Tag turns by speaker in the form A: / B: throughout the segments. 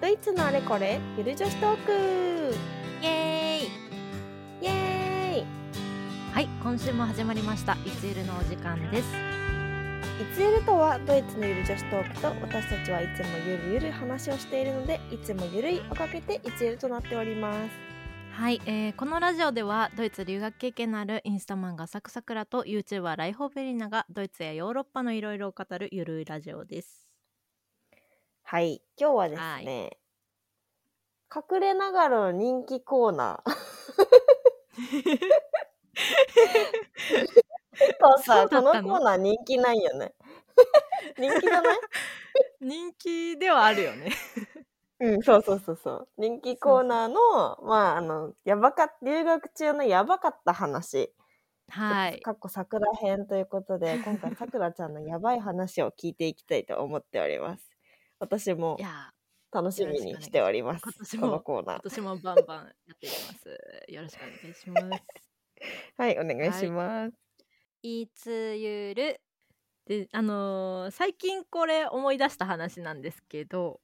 A: ドイツのあれこれゆる女子トーク
B: イエー
A: イ
B: イ
A: エーイ
B: はい今週も始まりましたいつゆるのお時間です
A: いつゆるとはドイツのゆる女子トークと私たちはいつもゆるゆる話をしているのでいつもゆるいをかけていつゆるとなっております
B: はい、えーこのラジオではドイツ留学経験のあるインスタマンガサクサクラと YouTuber ライホーベリナがドイツやヨーロッパのいろいろを語るゆるいラジオです
A: はい今日はですね隠れながらの人気コーナ ー結構さこ
B: そうだ
A: の
B: ったの
A: コーナー人気ない よね人気じゃない
B: 人気ではあるよね
A: うん、そうそうそうそう。人気コーナーの、まあ、あの、やばかっ留学中のやばかった話。
B: はい
A: かっこ桜編ということ で、今回さくらちゃんのやばい話を聞いていきたいと思っております。私も
B: いや
A: 楽しみにしております。
B: よろしくお
A: こ
B: 願いし
A: の
B: ます
A: コーナー。
B: 今年もバンバンやっていきますよろしくお願いします
A: はい、お願いします。
B: いつゆるであのー最近これ思い出した話なんですけど、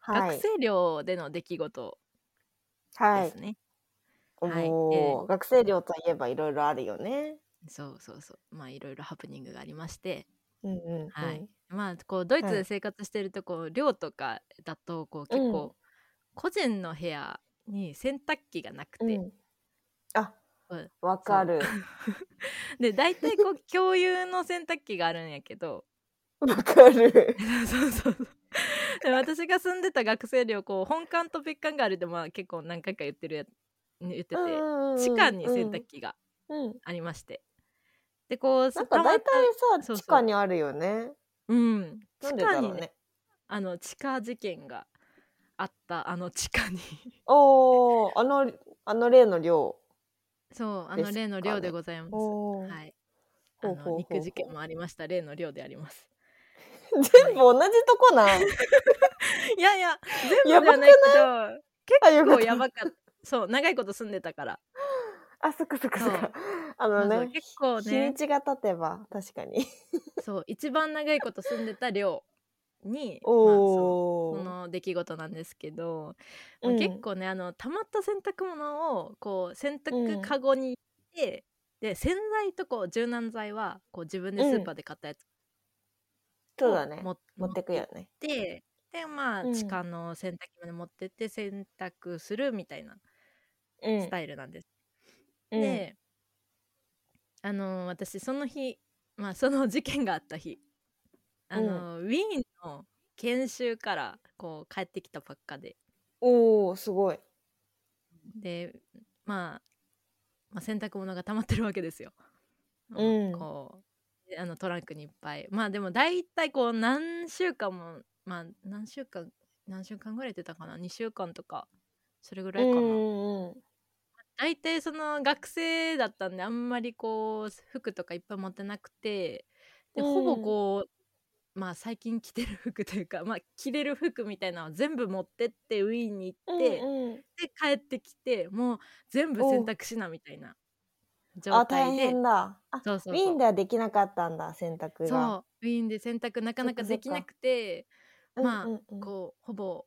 A: は
B: 学
A: い。
B: 生寮での出来事
A: は
B: で
A: い
B: す。ね、はい
A: おー学生寮といえばいろいろあるよね。
B: そうそうそうまあいろいろハプニングがありまして
A: うんうん、うん。
B: はいまあこうドイツ
A: は
B: で
A: い
B: 生活してるとこう寮とかだとこう結
A: うん
B: 構個人の部屋に洗濯機がなくて、
A: うん。あ
B: うん、
A: わかる。
B: で大体こう 共有の洗濯機があるんやけど
A: わかる。
B: そうそうそうで私が住んでた学生寮こう本館と別館があるってまあ結構何回か言ってるや言ってて、地下に洗濯
A: 機。
B: 機が
A: うん。
B: ありまして、でこう
A: なん
B: た
A: か
B: ま
A: 大
B: た
A: 体
B: そ
A: さ
B: うそう
A: 地下にあるよね。
B: う
A: な
B: ん地
A: んでだ
B: 下
A: ろう
B: に
A: ね
B: ね。あの地下事件があったあの地下に
A: おお、あのあの例の量。
B: そうあ
A: です
B: の
A: かね
B: 例の量でございます、
A: おお、
B: はいあ
A: ほうほうほうほ
B: の
A: う
B: 肉事件もありました例の量であります
A: 全部同じとこない。
B: いやいや全
A: や
B: 部
A: ば
B: では
A: く
B: ないけ
A: あよかっ
B: ど結構
A: た
B: やばかったそう長いこと住んでたから
A: あそっかそっかそっ
B: そう
A: か。 あの
B: そうそう
A: ね。
B: 結構
A: 日
B: ね
A: にちが経てば確か に。
B: そう一番長いこと住んでた寮に
A: お
B: まあそ
A: お
B: の、その出来事なんですけど、まあ
A: うん
B: 結構ねあの溜まった洗濯物をこう
A: う
B: 洗
A: ん
B: 濯かごに入れて、で洗剤とこう柔軟剤はこう自分でスーパーで買ったやつ
A: そうだね。
B: も
A: 持ってくよね。
B: 持ってでまあ、
A: うん
B: 地下の洗濯機まで持ってって洗濯するみたいな
A: うん
B: スタイルなんです、
A: うん
B: であのー私その日まあその事件があった日あのー、ウィーンの研修からこう帰ってきたばっかで
A: おお、すごい。
B: で、まあ、まあ洗濯物が溜まってるわけですよ。
A: うん
B: こうであのトランクにいっぱいまあでも大体こう何週間もまあ何週間何週間ぐらい出たかな2週間とかそれぐらいかな、
A: うんうん。
B: 大体その学生だったんであんまりこう服とかいっぱい持ってなくて
A: う
B: で
A: ん
B: ほぼこう、まあ最近着てる服というか、まあ、着れる服みたいなのを全部持ってってウィーンに行
A: う
B: っ
A: ん
B: て、
A: うん
B: で帰ってきてもう全部洗濯しなみたいな状
A: あ、
B: 態
A: 大
B: で
A: 変だ。あ、
B: そう
A: ウ
B: そう
A: ィー
B: そ
A: ン
B: う
A: ではできなかったんだ洗濯
B: そ
A: が。
B: うウィーンで洗濯なかなかできなくて
A: うん
B: まあ
A: うんうん
B: こうほぼ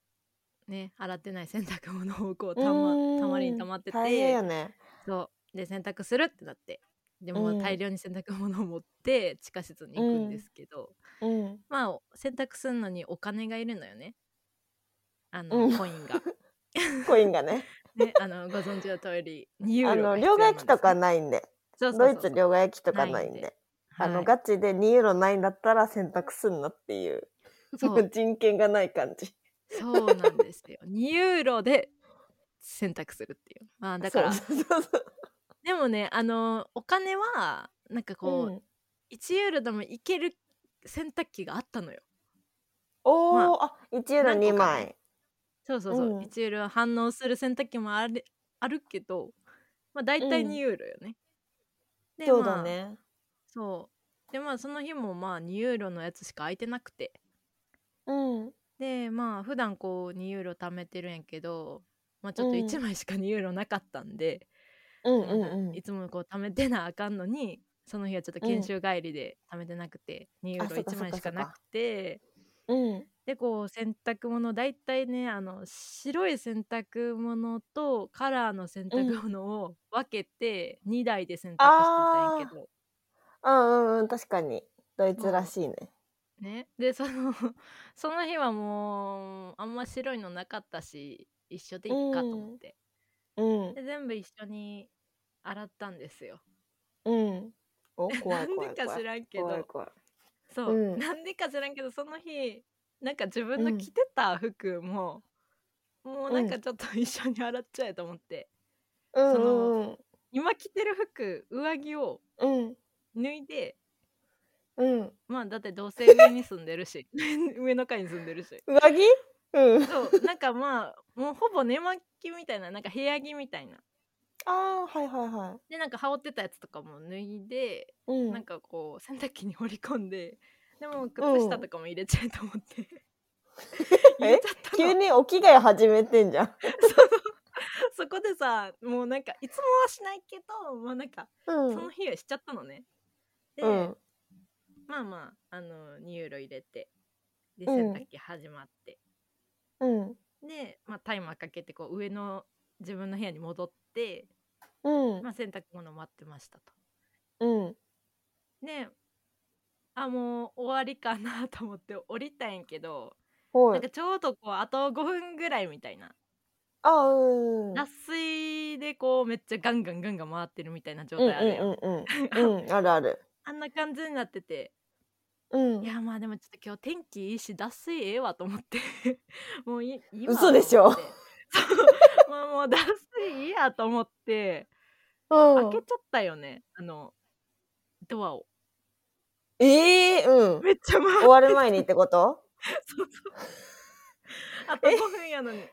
B: ね洗ってない洗濯物をこう
A: う
B: た
A: ー
B: ま
A: ん
B: たまりにたまって
A: 大変よ
B: て
A: ね。
B: そうで洗濯するってなってでも
A: う
B: うん大量に洗濯物を持って地下室に行くんですけど、
A: うん。
B: まあ洗濯するのにお金がいるのよねあ
A: う
B: の
A: ん
B: コインが、
A: コインがね。
B: ね、あのご存知の通り2ユ
A: あ
B: ーロ
A: の
B: が必
A: 両
B: 要なん
A: 替
B: です
A: 機
B: ね
A: とかないんで、
B: そうそうそう
A: ドイツ両替機とかないん
B: ないん
A: で、あ
B: はい
A: のガチで2ユーロないんだったら選択すんなっていう、
B: そ
A: もう
B: う
A: 人権がない感じ。
B: そうなんですよ2ユーロで選択するっていうまあだから
A: そうそうそう
B: でもねあのお金はなんか
A: そう。
B: こう、1ユーロでもいける洗濯機があったのよ
A: おお、
B: ま
A: あ、1ユーロ2
B: 何個かね
A: 枚。
B: そうそうそう、
A: うん
B: 1ユーロは反応する洗濯機もあるあるけどまあ大体
A: うん
B: 2ユーロよね、で
A: そうだ
B: まあ、
A: ね。
B: そうでまあその日もまあ2ユーロのやつしか空いてなくて
A: うん。
B: でまあ普段こう2ユーロ貯めてるんやけど、まあ、ちょっと
A: うん
B: 1枚しか2ユーロなかったんで、
A: うんうんうん
B: い。つもこう貯めてなあかんのにその日はちょっと研修帰りで貯めてなくて、2ユー
A: あ
B: ロ
A: そっか
B: 1枚しかなくて、
A: うん
B: でこう洗濯物だいたいねあの白い洗濯物とカラーの洗濯物を分けて2台で洗濯してたんやけど、
A: うんうんうん確かにドイツらしいね
B: ね、でその その日はもうあんま白いのなかったし一緒でいっかと思って、
A: うん
B: で全部一緒に洗ったんですよ。
A: うんお怖
B: ないん
A: 怖
B: で
A: い
B: か
A: 怖
B: 知
A: い
B: らんけ
A: 怖い
B: ど
A: 怖い
B: そう、
A: うん
B: なんでか知らんけどその日なんか自分
A: う
B: の
A: ん
B: 着てた服も、もうなん
A: う
B: かちょっと一緒に洗っちゃえと思って、
A: うん
B: そうの
A: ん
B: 今着てる服上着を
A: うん
B: 脱いで
A: うん
B: まあだってどうせ上に住んで るし上の階に住んでるし
A: 上着うん
B: そうなんかまあもうほぼ寝巻きみたいななんか部屋着みたいな
A: あーはいはいは
B: でなんか羽織ってたやつとかも脱いで、
A: いうん
B: なんかこう洗濯機に折り込んででも靴下とかも入れちゃえと思 って、入れちゃったの
A: 急にお着替え始めてんじゃん
B: そこでさもうなんかいつもはしないけどもうなんか
A: う
B: その日はしちゃったのね、で、
A: うん
B: まあまああの2ユーロ入れてで
A: うん
B: 洗濯機始まって、
A: うん
B: で、まあ、タイマーかけてこう上の自分の部屋に戻って、
A: うん
B: まあ、洗濯物待ってましたと。
A: うん
B: であもう終わりかなと思って降りたんやけど
A: ほ
B: ないんかちょうどこうあと5分ぐらいみたいな
A: あうんうん
B: 脱水でこうめっちゃガンガンガンガン回ってるみたいな状
A: うん
B: 態あるやん、
A: うんうんうんあるある
B: あんな感じになってて
A: うん
B: いやまあでもちょっと今日天気いいし脱水ええわと思って もうい今
A: 嘘でしょ
B: と思って そうもうもう脱水いいやと思って
A: う
B: 開
A: ん
B: けちゃったよねあの ドアを
A: ええ うん
B: めっちゃ回っ
A: 終わる前にってこと
B: そうそう。あと5分やのに。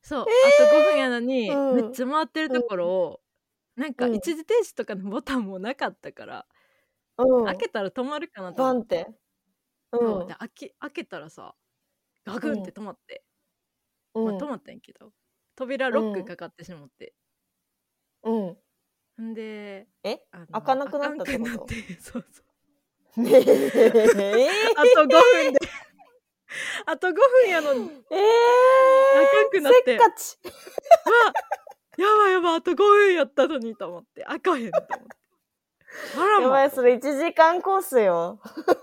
B: そう、あと5分やのに、
A: うん
B: めっちゃ回ってるところを、なんか
A: うん
B: 一時停止とかのボタンもなかったから、
A: うん
B: 開けたら止まるかなと
A: バ
B: 思
A: ンっ
B: ってて。
A: う
B: そうで開け開けたらさガクンって止まって、
A: ん
B: まあ、止まったんやけど扉ロックかかってしまって、
A: うん
B: んで
A: え
B: あの
A: 開かなくなったってこと
B: 開かんくなってそう そう
A: ねえ
B: あと5分で あと5分やのに
A: え
B: 開かん
A: え
B: くなって
A: せっかち
B: やばいやばい、あと5分やったのにと思って、あかへんと 思って。あら
A: やば
B: ま
A: いそれ1時間コースよ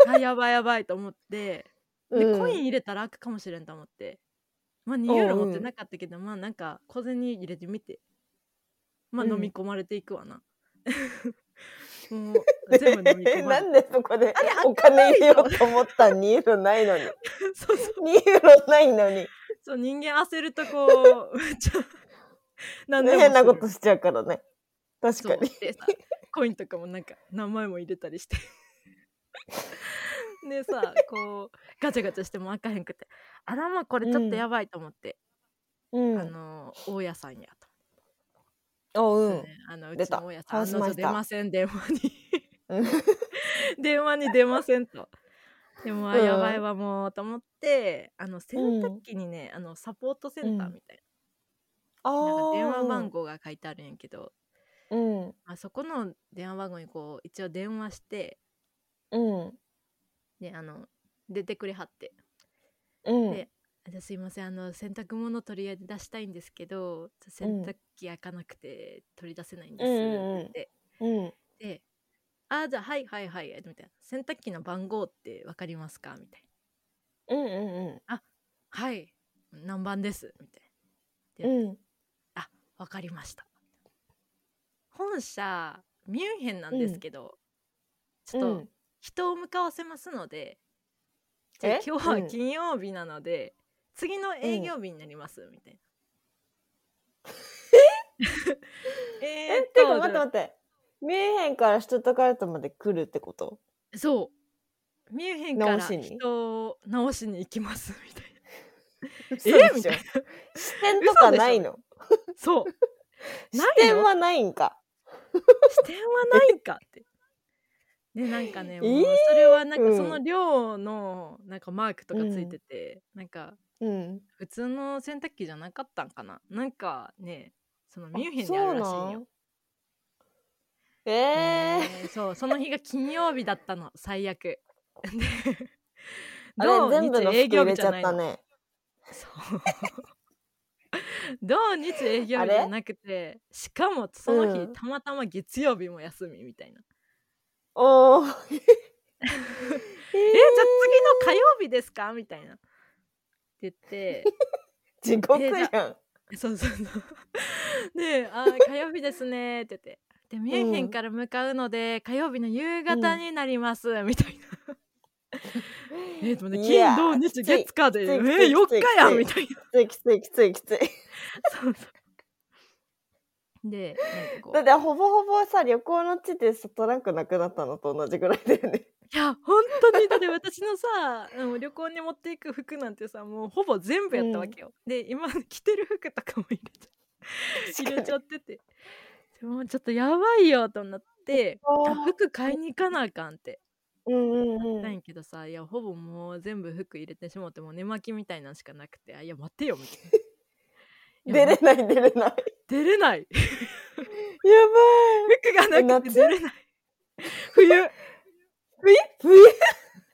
B: あ、やばいやばいと思って、で、
A: うん
B: コイン入れたら開くかもしれんと思って。まあ、2
A: うん
B: ユーロ持ってなかったけど、まあなんか小銭入れてみて。まあ
A: うん
B: 飲み込まれていく わな。もう、全部飲み込
A: な
B: まれて。
A: んでそこで
B: れ
A: お金入れようと思った2ユーロないのに
B: そうそう
A: 2ユーロないのに
B: そう、人間焦るとこう、め っちゃ、なん
A: 変なこと
B: し
A: しちゃうからね確かに
B: でさ、コインとかもなんか名前も入れたりして。 でさ、こう、ガチャガチャしても開かへんくて、あらまあこれちょっとやばいと思って、
A: うん
B: あの、大家さんや
A: お
B: と
A: う
B: 思っ
A: ん
B: てね、あの、う
A: 出
B: ち
A: た
B: の大
A: ハ
B: 家さ
A: ウ
B: ん、
A: ス
B: あの
A: マイ
B: 女
A: スタ
B: 出
A: ー
B: ま せん、電話に。
A: うん
B: 電話に出ませんと。でも、あ
A: うん
B: やばいわ、もう、と思って、あの、洗濯機にね、あの、サポートセンターみたい
A: あ
B: な、なんか
A: ー
B: 電話番号が書いてあるんやけど、
A: うん
B: まあ、そこの電話番号にこう、一応電話して、
A: うん
B: で、あの、出てくれはって。
A: うん
B: でじゃあすいませんあの洗濯物取り出したいんですけどちょ
A: うん
B: 洗濯機開かなくて取り出せないんです」
A: う
B: っ
A: ん
B: て
A: うんうん
B: 言って、
A: うん
B: で「あーじゃあはいはいはい」みたいな「洗濯機の番号って分かりますか?」みたいな
A: うんうん
B: 「はい何番です」みたい
A: うんうん
B: な「分かりました」本社ミュンヘンなんですけど、ちょっと、人を向かわせますので「じゃあ
A: え
B: 今日は
A: うん
B: 金曜日なので、次の営業日になります」みたいな。 え
A: え
B: ーっ
A: って
B: と
A: か待って待って見えへんからシュトゥットガルトまで来るってこと
B: そうミュンヘンから
A: 直しに
B: 人を直しに行きますみたい
A: 嘘
B: な。え
A: で
B: み
A: しょ
B: たい
A: 視点とかないの
B: な。そう。
A: 視
B: ないの
A: 点はないんか
B: 視点はないかって。でなんかね、もう
A: えー
B: それはなん
A: う
B: か
A: ん
B: その量のなんかマークとかついてて、なんか
A: うん
B: 普通の洗濯機じゃなかったんかななんかねその
A: あ
B: ミュンヘンにあるらしいん
A: そうな
B: よ
A: んえ
B: えーそうその日が金曜日だったの最悪で
A: あれ
B: 土
A: 全部の服
B: 日営業
A: 入れ
B: 日じ
A: ちゃっ
B: ゃない
A: た
B: の
A: ね
B: そう 土日営業日じゃなくてしかもその日、
A: うん
B: たまたま月曜日も休みみたいな
A: お おえ
B: えじゃあ次の火曜日ですかみたいなって言って
A: 地獄じ
B: えーじ
A: ゃん
B: そう そうそう。で、あー、火曜日ですねって言って。で、ミュンヘンから向かうので、火曜日の夕方になります、みたいな。えー、とね、
A: いや
B: 金、土、
A: き
B: 日、
A: つい
B: 月、火で、え
A: きついきつい
B: ー、4日やんみ
A: き
B: たいな。
A: きついきついきついきつい
B: そうそう。で、なんかこ
A: だってほぼほぼさ旅行の地でさトランクなくなったのと同じぐらいだよ ね
B: う、いや、本当に、だって私のさ、あの旅行に持っていく服なんてさ、もうほぼ全部やったわけよ。で、今着てる服とかも入れちゃ入れちゃってて。でもうちょっとやばいよとなって、
A: あ
B: あ服買いに行かなあかんって
A: うんうんう
B: なん
A: ん
B: やけどさいやほぼもう全部服入れてしもってもう寝巻きみたいなんしかなくてあいや待てよみたいな
A: 出
B: いや
A: れない出れないやば
B: 出れない
A: い
B: 服がなくて出 れない冬
A: 冬冬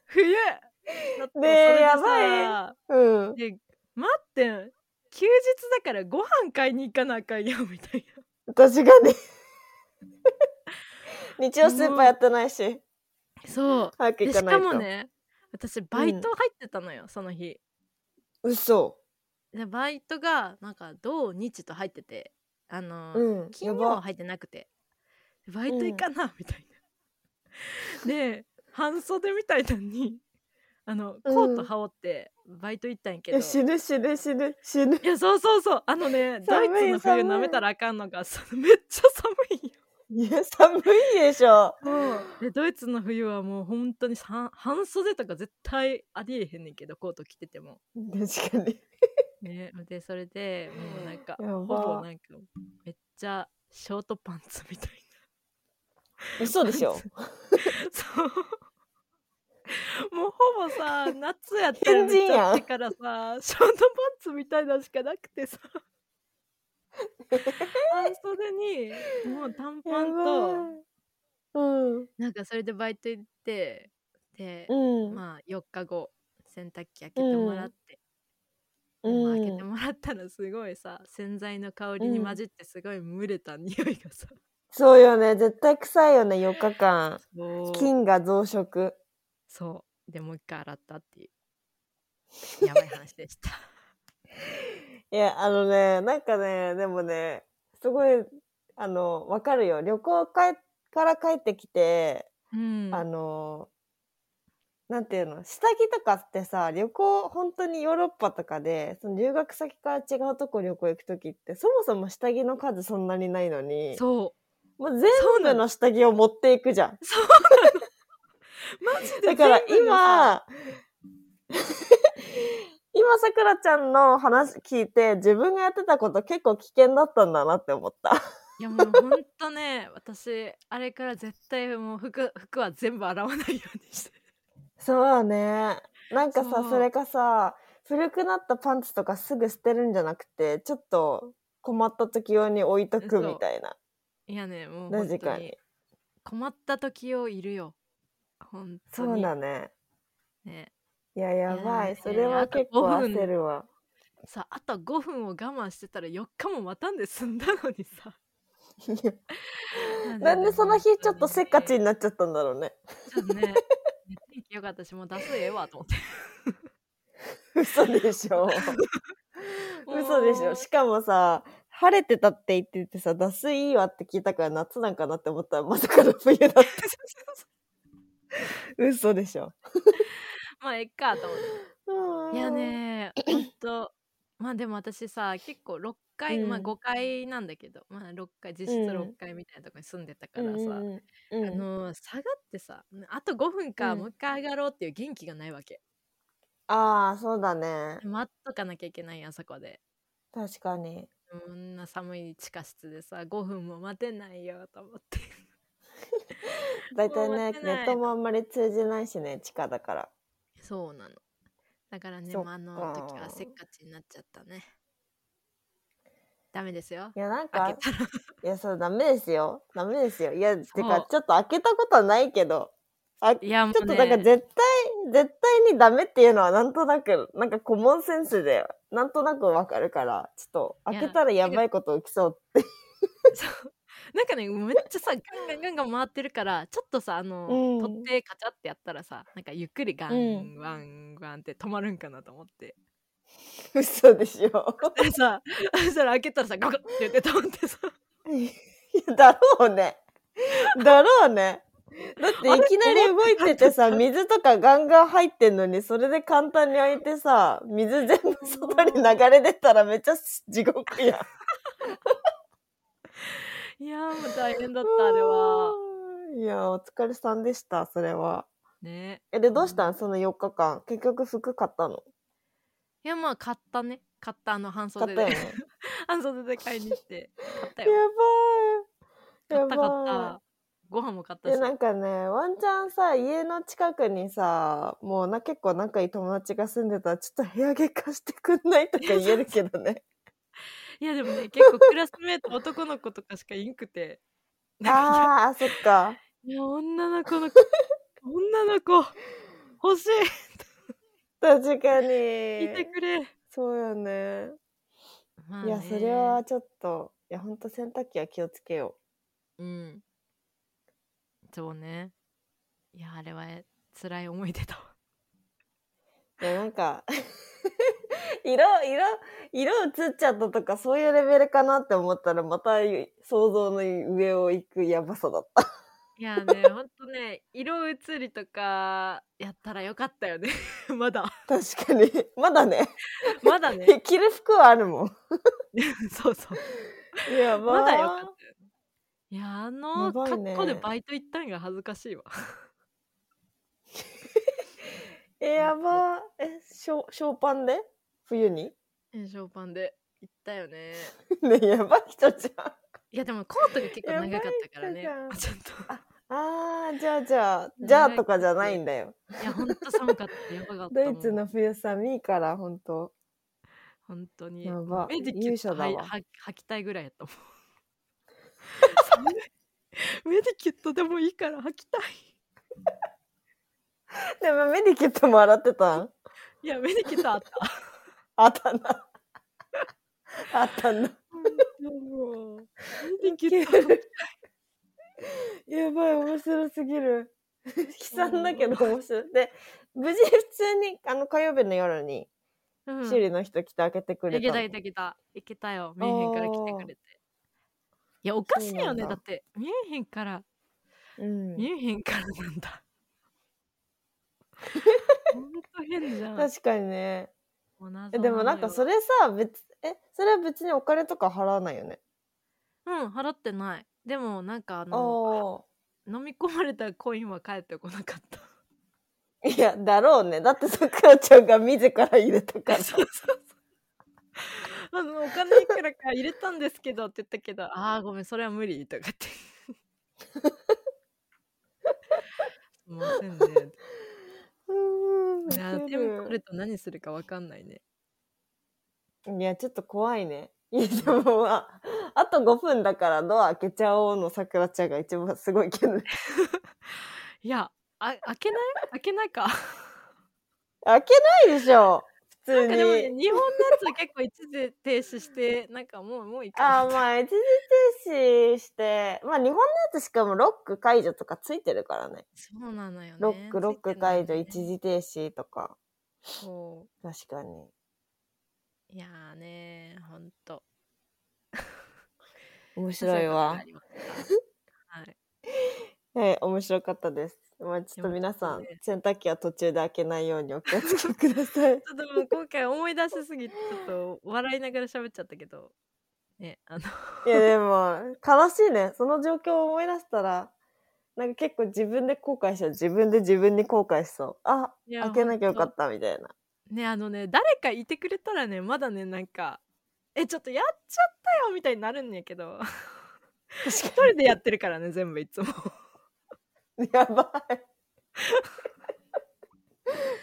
B: 冬だって
A: ねえ
B: それでさ
A: やうん
B: で待って休日だからご飯買いに行かなあかんよみたいな
A: 確か に日曜スーパーやってないし
B: そ
A: 早く
B: う
A: 行
B: で
A: か
B: し
A: ない
B: か
A: と
B: もね私バイト入ってたのよ、その日
A: 嘘
B: でバイトがなんか土日と入っててあのー、
A: うんや
B: 金曜は
A: ば
B: 入ってなくてバイト行かな、みたいな で半袖みたいなのにあの
A: うん
B: コート羽織ってバイト行ったんやけ
A: い
B: ど、
A: や死ぬ死ぬ死ぬ 死ぬ
B: いやそうそうそうあのね ド
A: 寒
B: イ
A: い
B: ツの冬
A: 寒い
B: なめたらあかんのがそのめっちゃ寒いよ
A: いや寒いでしょ
B: でドイツの冬はもう本当にさ半袖とか絶対ありえへんねんけどコート着てても
A: 確かに
B: ねでそれでもうなんか
A: やば
B: ほぼなんかめっちゃショートパンツみたいな
A: 嘘でし ょ
B: そう。 もうほ ぼさ、夏やったら
A: 変人やん
B: めっちゃ暑いからさ、ショートパンツみたいなのしかなくて さ。半袖にもう短パンと
A: とうん
B: なんかそれでバイト行ってで、
A: うん
B: まあ4日後洗濯機開けてもらって、でまあ開けてもらったらすごいさ洗剤の香りに混じってすごい蒸れた匂い がさ、
A: そうよね絶対臭いよね4日間
B: そう
A: 菌が増殖
B: そうでもう一回洗ったっていうやばい話でした。
A: いやあのねなんかねでもねすごいあのわかるよ旅行かえから帰ってきて、
B: うん、
A: あのなんていうの下着とかってさ旅行本当にヨーロッパとかでその留学先から違うとこ旅行行く時ってそもそも下着の数そんなにないのに
B: そ
A: もう
B: そう
A: 全
B: な
A: 部
B: の
A: の下着を持っていくじゃん。
B: うマジで
A: だから
B: 全部のさ
A: 今、 今さくらちゃんの話聞いて自分がやってたこと結構危険だったんだなって思った。
B: いやもうほんとね私あれから絶対もう服服は全部洗わないように して
A: そうだね。なんかさ、
B: そ
A: そうれかさ、古くなったパンツとかすぐ捨てるんじゃなくて、ちょっと困った時用に置いと
B: そ
A: く
B: う
A: みたいな。
B: いやねもう
A: な
B: 本
A: ぜ
B: 当
A: か
B: に
A: に。
B: 困った時をいるよ本当
A: そ
B: に
A: うだ
B: ね
A: ね。
B: ね
A: いや、やば
B: いや
A: い。
B: ー
A: それは結構
B: あと5分
A: 焦るわ。
B: さあと5分を我慢してたら4日も待たんで済んだのにさ
A: なんでその日ちょっとせっかちになっちゃったんだろうね。
B: ちょっとね天気良かったしもう出すええわと思って
A: 嘘でしょ。 嘘でし
B: も
A: ょ
B: う
A: しかもさ晴れてたって言っててさ脱水いいわって聞いたから夏なんかなって思ったらまさかの冬だった嘘でしょ
B: まあえっかと思っていやねほん とまあでも私さ結構6回、まあ
A: うん
B: 5回なんだけどまあ6回実質
A: うん
B: 6回みたいなとこに住んでたか
A: うん
B: らさ、
A: うんうん
B: あのー下がってさあと5分か、
A: うん
B: もう一回上がろうっていう元気がないわけ
A: ああそうだね
B: 待っとかなきゃいけないやんそこで
A: 確かに
B: こんな寒い地下室でさ5分も待てないよと思って
A: だいたい
B: もう
A: ね
B: 待て
A: ネ
B: ない
A: ットもあんまり通じないしね地下だから
B: そうなのだからね
A: そっ
B: まああの
A: か
B: 時はせっかちになっちゃったねダメですよ
A: いやなん
B: 開
A: か
B: けたら
A: いやそうダメですよダメですよいやて
B: そう
A: かちょっと開けたことはないけどあ
B: いやも
A: ちょ
B: う
A: っ
B: ね
A: とだから絶対絶対にダメっていうのはなんとなく、なんかコモンセンスで、なんとなくわかるから、ちょっと
B: いや
A: 開けたらやばいこと起きそうって。
B: そうなんかねめっちゃさガンガンガンガン回ってるからちょっとさあの、
A: うん
B: 取ってカチャってやったらさなんかゆっくりガンガンガンって止まるんかなと思って、
A: 嘘でしょ。
B: でさ そしたら開けたらさガクッって言って止まってさ
A: いやだろうね。だろうね。だっていきなり動いててさ、水とかガンガン入ってんのに、それで簡単に開いてさ、水全部外に流れ出たらめっちゃ地獄やん。
B: いやーもう大変だったあれは。
A: いや、お疲れさんでした、それは。
B: ね
A: え、で、どうしたんその4日間。結局服買ったの。
B: いやまあ買ったね買ったあの半袖
A: 買ったよ
B: で
A: ね。
B: 半袖で買いに行って買った
A: や
B: よ
A: ばい。
B: 買
A: や
B: った買った
A: ば
B: ご飯も買っ
A: い。
B: た
A: で、
B: し
A: なんかね、ワンちゃんさ、家の近くにさ、もうな、結構仲いい友達が住んでたら、ちょっと部屋毛貸してくんないとか言えるけど ね。
B: いやでもね結構クラスメート男の子とかしかいんくてなんか
A: あーあ、そっか。
B: いや女の子の 女の子欲し
A: 確か
B: いいて
A: に。
B: くれ、
A: そうよね。
B: まあ
A: いや、
B: ね
A: それはちょっと、いや、ほんと洗濯機は気をつけよ
B: うんそうねいやあれはえ辛い思い出だわ
A: う。いや、なんか、 色、色、色映っちゃったとか、そういうレベルかなって思ったら、また想像の上を行くやばさだった。
B: いやねほんとね色移りとかやったらよかったよね まだ
A: 確かに。まだね。
B: まだ ね
A: 着る服はあるもん。
B: そうそう
A: やばー
B: まだよかったよねいやあの
A: やばいね
B: 格好でバイト行ったんが恥ずかしいわ
A: え、やばーえ、ショショーパンで冬に
B: 炎症パンで行ったよね
A: ね、やばい人じゃん。
B: いやでもコートが結構長かったからね
A: やばい
B: ちょっと
A: あー、じゃあじゃあ、
B: ね
A: じゃあとかじゃないんだよ。
B: いや、ほんと寒かった。やばかった
A: ド
B: もん。
A: イツの冬寒いから、ほんと。
B: ほんとに。
A: やば
B: メディ。キ
A: 勇
B: ュッ
A: 者
B: ト
A: だ
B: はい
A: わ。
B: は履きたいぐらい やったもん。寒いメディキュットでもいいから履きたい。
A: でもメディキュットも洗ってたん
B: いや、メディキュットあった。
A: あったな。あったな。
B: もうメディキュット。
A: やばい、面白すぎる。悲惨だけど面白い。で、無事普通に、あの、火曜日の夜に、
B: うん
A: 修理の人来て開けてくれ
B: いけ
A: たの。
B: たいけたいけた。いけたよ。ミュンヘンから来てくれて。いや、おかしいよね。
A: そうなんだ
B: だって、ミュンヘンから、
A: うん
B: ミュンヘンからな んだ。ほんと変じゃん。
A: 確かにね。
B: もう謎
A: え
B: の
A: でもなんか
B: よ
A: それさ、別、え、それは別にお金とか払わないよね。
B: うん、払ってない。でも、なんかあ
A: あ
B: の、
A: あ
B: 飲み込まれたコインは返ってこなかった。
A: ー。いや、だろうね。だってさくらちゃんが自ら入れた から。
B: そうそうそうあのお金いくらか入れたんですけどって言ったけど「ああごめんそれは無理」とかってすいませんね
A: う
B: いや
A: ーんウケ
B: 手も
A: る
B: 取ると何するかわかんないね
A: いや、ちょっと怖いね。いや、でもまあ、あと5分だからドア開けちゃおうのさくらちゃんが一番すごいけどね。
B: いやあ開けない開けないか
A: 開けないでしょ。普
B: な
A: 通
B: んかでも、ね、
A: に。
B: 日本のやつは結構一時停止してなんかもうもういい
A: あ
B: か
A: あ、
B: な
A: まあ、一時停止して、まあ、日本のやつしかもロック解除とかついてるからね。
B: そうなのよね
A: ロック、ロック解除、一時停止とか。
B: そ
A: 確かに。
B: ういやーねーほんと
A: 面白いわ。
B: そううことがありましたは
A: は
B: い
A: い、面白かったです。まあ、ちょっと皆さん
B: よかったで、
A: 洗濯機は途中で開けないようにお気をつけください。
B: ちょっともう今回思い出しすぎてちょっと笑いながら喋っちゃったけどねあ の
A: いや、でも、悲しいね。その状況を思い出したら、なんか結構自分で後悔しちゃう。自分で自分に後悔しそう。あ、
B: いや
A: 開けなきゃよかった、みたいな。
B: ねあのね誰かいてくれたらねまだねなんかえちょっとやっちゃったよみたいになるんやけど一人でやってるからね 全部いつも
A: やば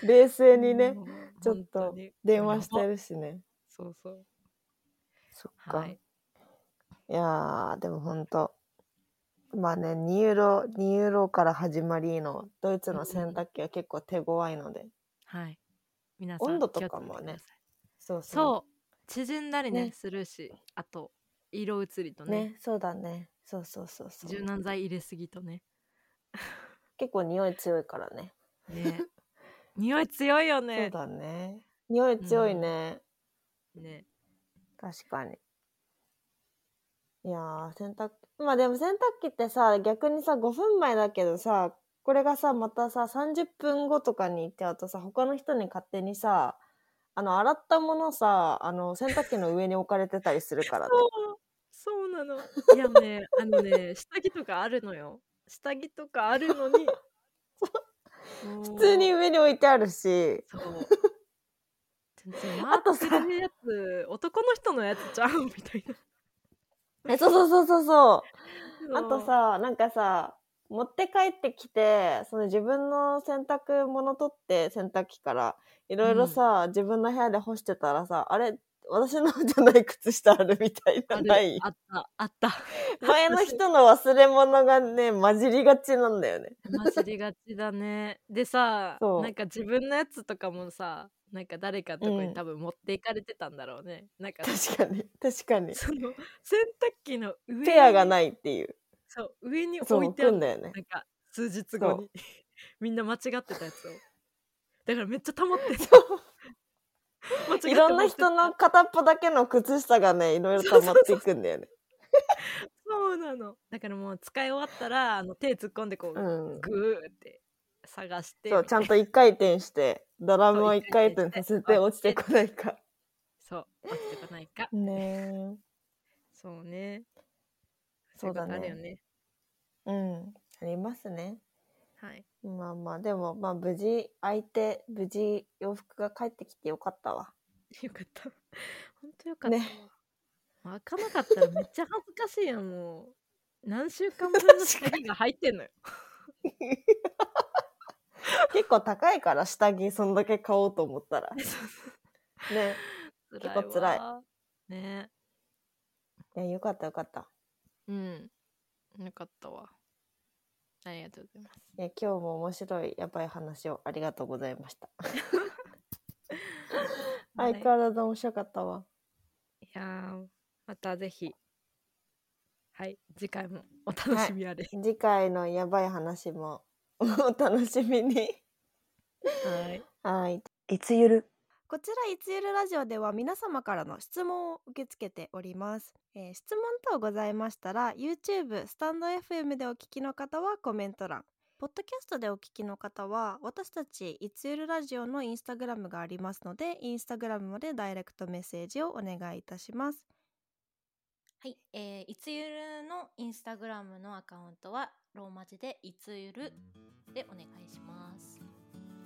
A: い。冷静にね、
B: もう
A: ちょっと
B: 本当に
A: 電話して
B: やば
A: るしね。
B: そうそう
A: そっか。
B: はい
A: いやー、でもほんと、まあね、2ユーロ、2ユーロから始まりの、ドイツの洗濯機は結構手強いので。
B: はい皆さん
A: 温度とかもね
B: 気をつけてください
A: そうそ
B: そう縮んだりね
A: ね
B: するしあと色移りと
A: う。
B: ね
A: ね、そうだね。そうそうそうそう。
B: 柔軟剤入れすぎとね
A: 結構匂い強いからね。
B: ね匂い強いよ
A: そう
B: ね
A: だね。匂い強いね。
B: ね
A: 確かに。いやー、洗濯機。まあでも洗濯機ってさ、逆にさ、5分前だけどさ、これがさ、またさ、30分後とかに行っちゃうとさ、他の人に勝手にさ、あの、洗ったものさ、あの、洗濯機の上に置かれてたりするからね。
B: そうそうなのいやねあのね下着とかあるのよ下着とかあるのに
A: 普通に上に置いてあるし、
B: そう全 然回ってるやつ男の人のやつじゃんみたいな
A: え、そうそうそうそうそう。あ
B: そう
A: とさ、なんかさ、持って帰ってきて、その自分の洗濯物取って、洗濯機から、いろいろさ、自分の部屋で干してたらさ、あれ、私のじゃない靴下あるみたい
B: あ
A: な、
B: る
A: ない
B: あったあった
A: 前の人の忘れ物がね、混じりがちなんだよね。
B: 混じりがちだねでさ
A: そう
B: なんか自分のやつとかもさなんか誰かのとこ
A: う
B: に
A: ん
B: 多分持っていかれてたんだろうね、なんか
A: 確かに、確かに。
B: その洗濯機の上に
A: ペアがないっていう。
B: そう上に
A: そう、
B: 置い
A: 置
B: てある
A: くん
B: の
A: だよね
B: な。んか数日後に みんな間違ってたやつをだからめっちゃ溜まってた 間違って
A: いろんな人
B: 持っ
A: の
B: てっ
A: 片っぽだけの靴下がね、いろいろ溜まっていくんだよね。
B: たそうなのだからもう使い終わったらあの手突っ込んでこう、
A: うん。
B: グーって探して
A: そう、ちゃんと一回転 して、ドラムを一回転させて
B: そう
A: 落ちてこないか。
B: そう落ちてこないか
A: ね
B: そうね
A: そうだね
B: いことあるよね
A: え。うん。ありますね。
B: はい
A: まあまあ、でも、まあ無事、相手、無事、洋服が帰ってきてよかった わ。
B: よかった本当よかったわ、
A: ね
B: 開かなかったらめっちゃ恥ずかしいやんもう何週間分 の下着が入ってん のよ
A: 結構高いから、下着、そんだけ買おうと思ったら。ね
B: 辛
A: 結構辛い
B: わね
A: いや、よかったよかった。
B: うんよかったわありがとうございます
A: いや、今日も面白い、やばい話をありがとうございま した。相変わらず面白かったわ。
B: いやーまたぜひはい次回もお楽しみあれ、
A: 次回のやばい話も、 お楽しみに。
B: はい
A: はい。いつゆる。こちらいつゆるラジオでは皆様からの質問を受け付けております。えー質問等ございましたら、YouTube、スタンド FM でお聞きの方はコメント欄。ポッドキャストでお聞きの方は、私たちいつゆるラジオのインスタグラムがありますので、インスタグラムまでダイレクトメッセージをお願いいたします。
C: はい、えーいつゆるのインスタグラムのアカウントはローマ字でいつゆるでお願いします。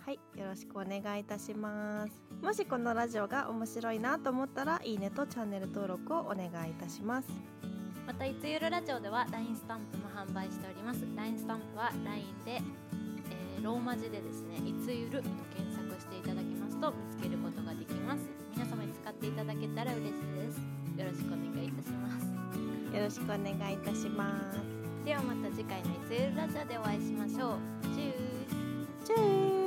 A: はい、よろしくお願いいたします。もしこのラジオが面白いなと思ったら、いいねとチャンネル登録をお願いいたします。
C: またいつゆるラジオでは LINE スタンプも販売しております LINE スタンプは LINE で、えーローマ字でですねいつゆると検索していただきますと見つけることができます皆様に使っていただけたら嬉しいですよろしくお願いいたします
A: よろしくお願いいたします。
C: ではまた次回のいつゆるラジオでお会いしましょうチュース
A: チュー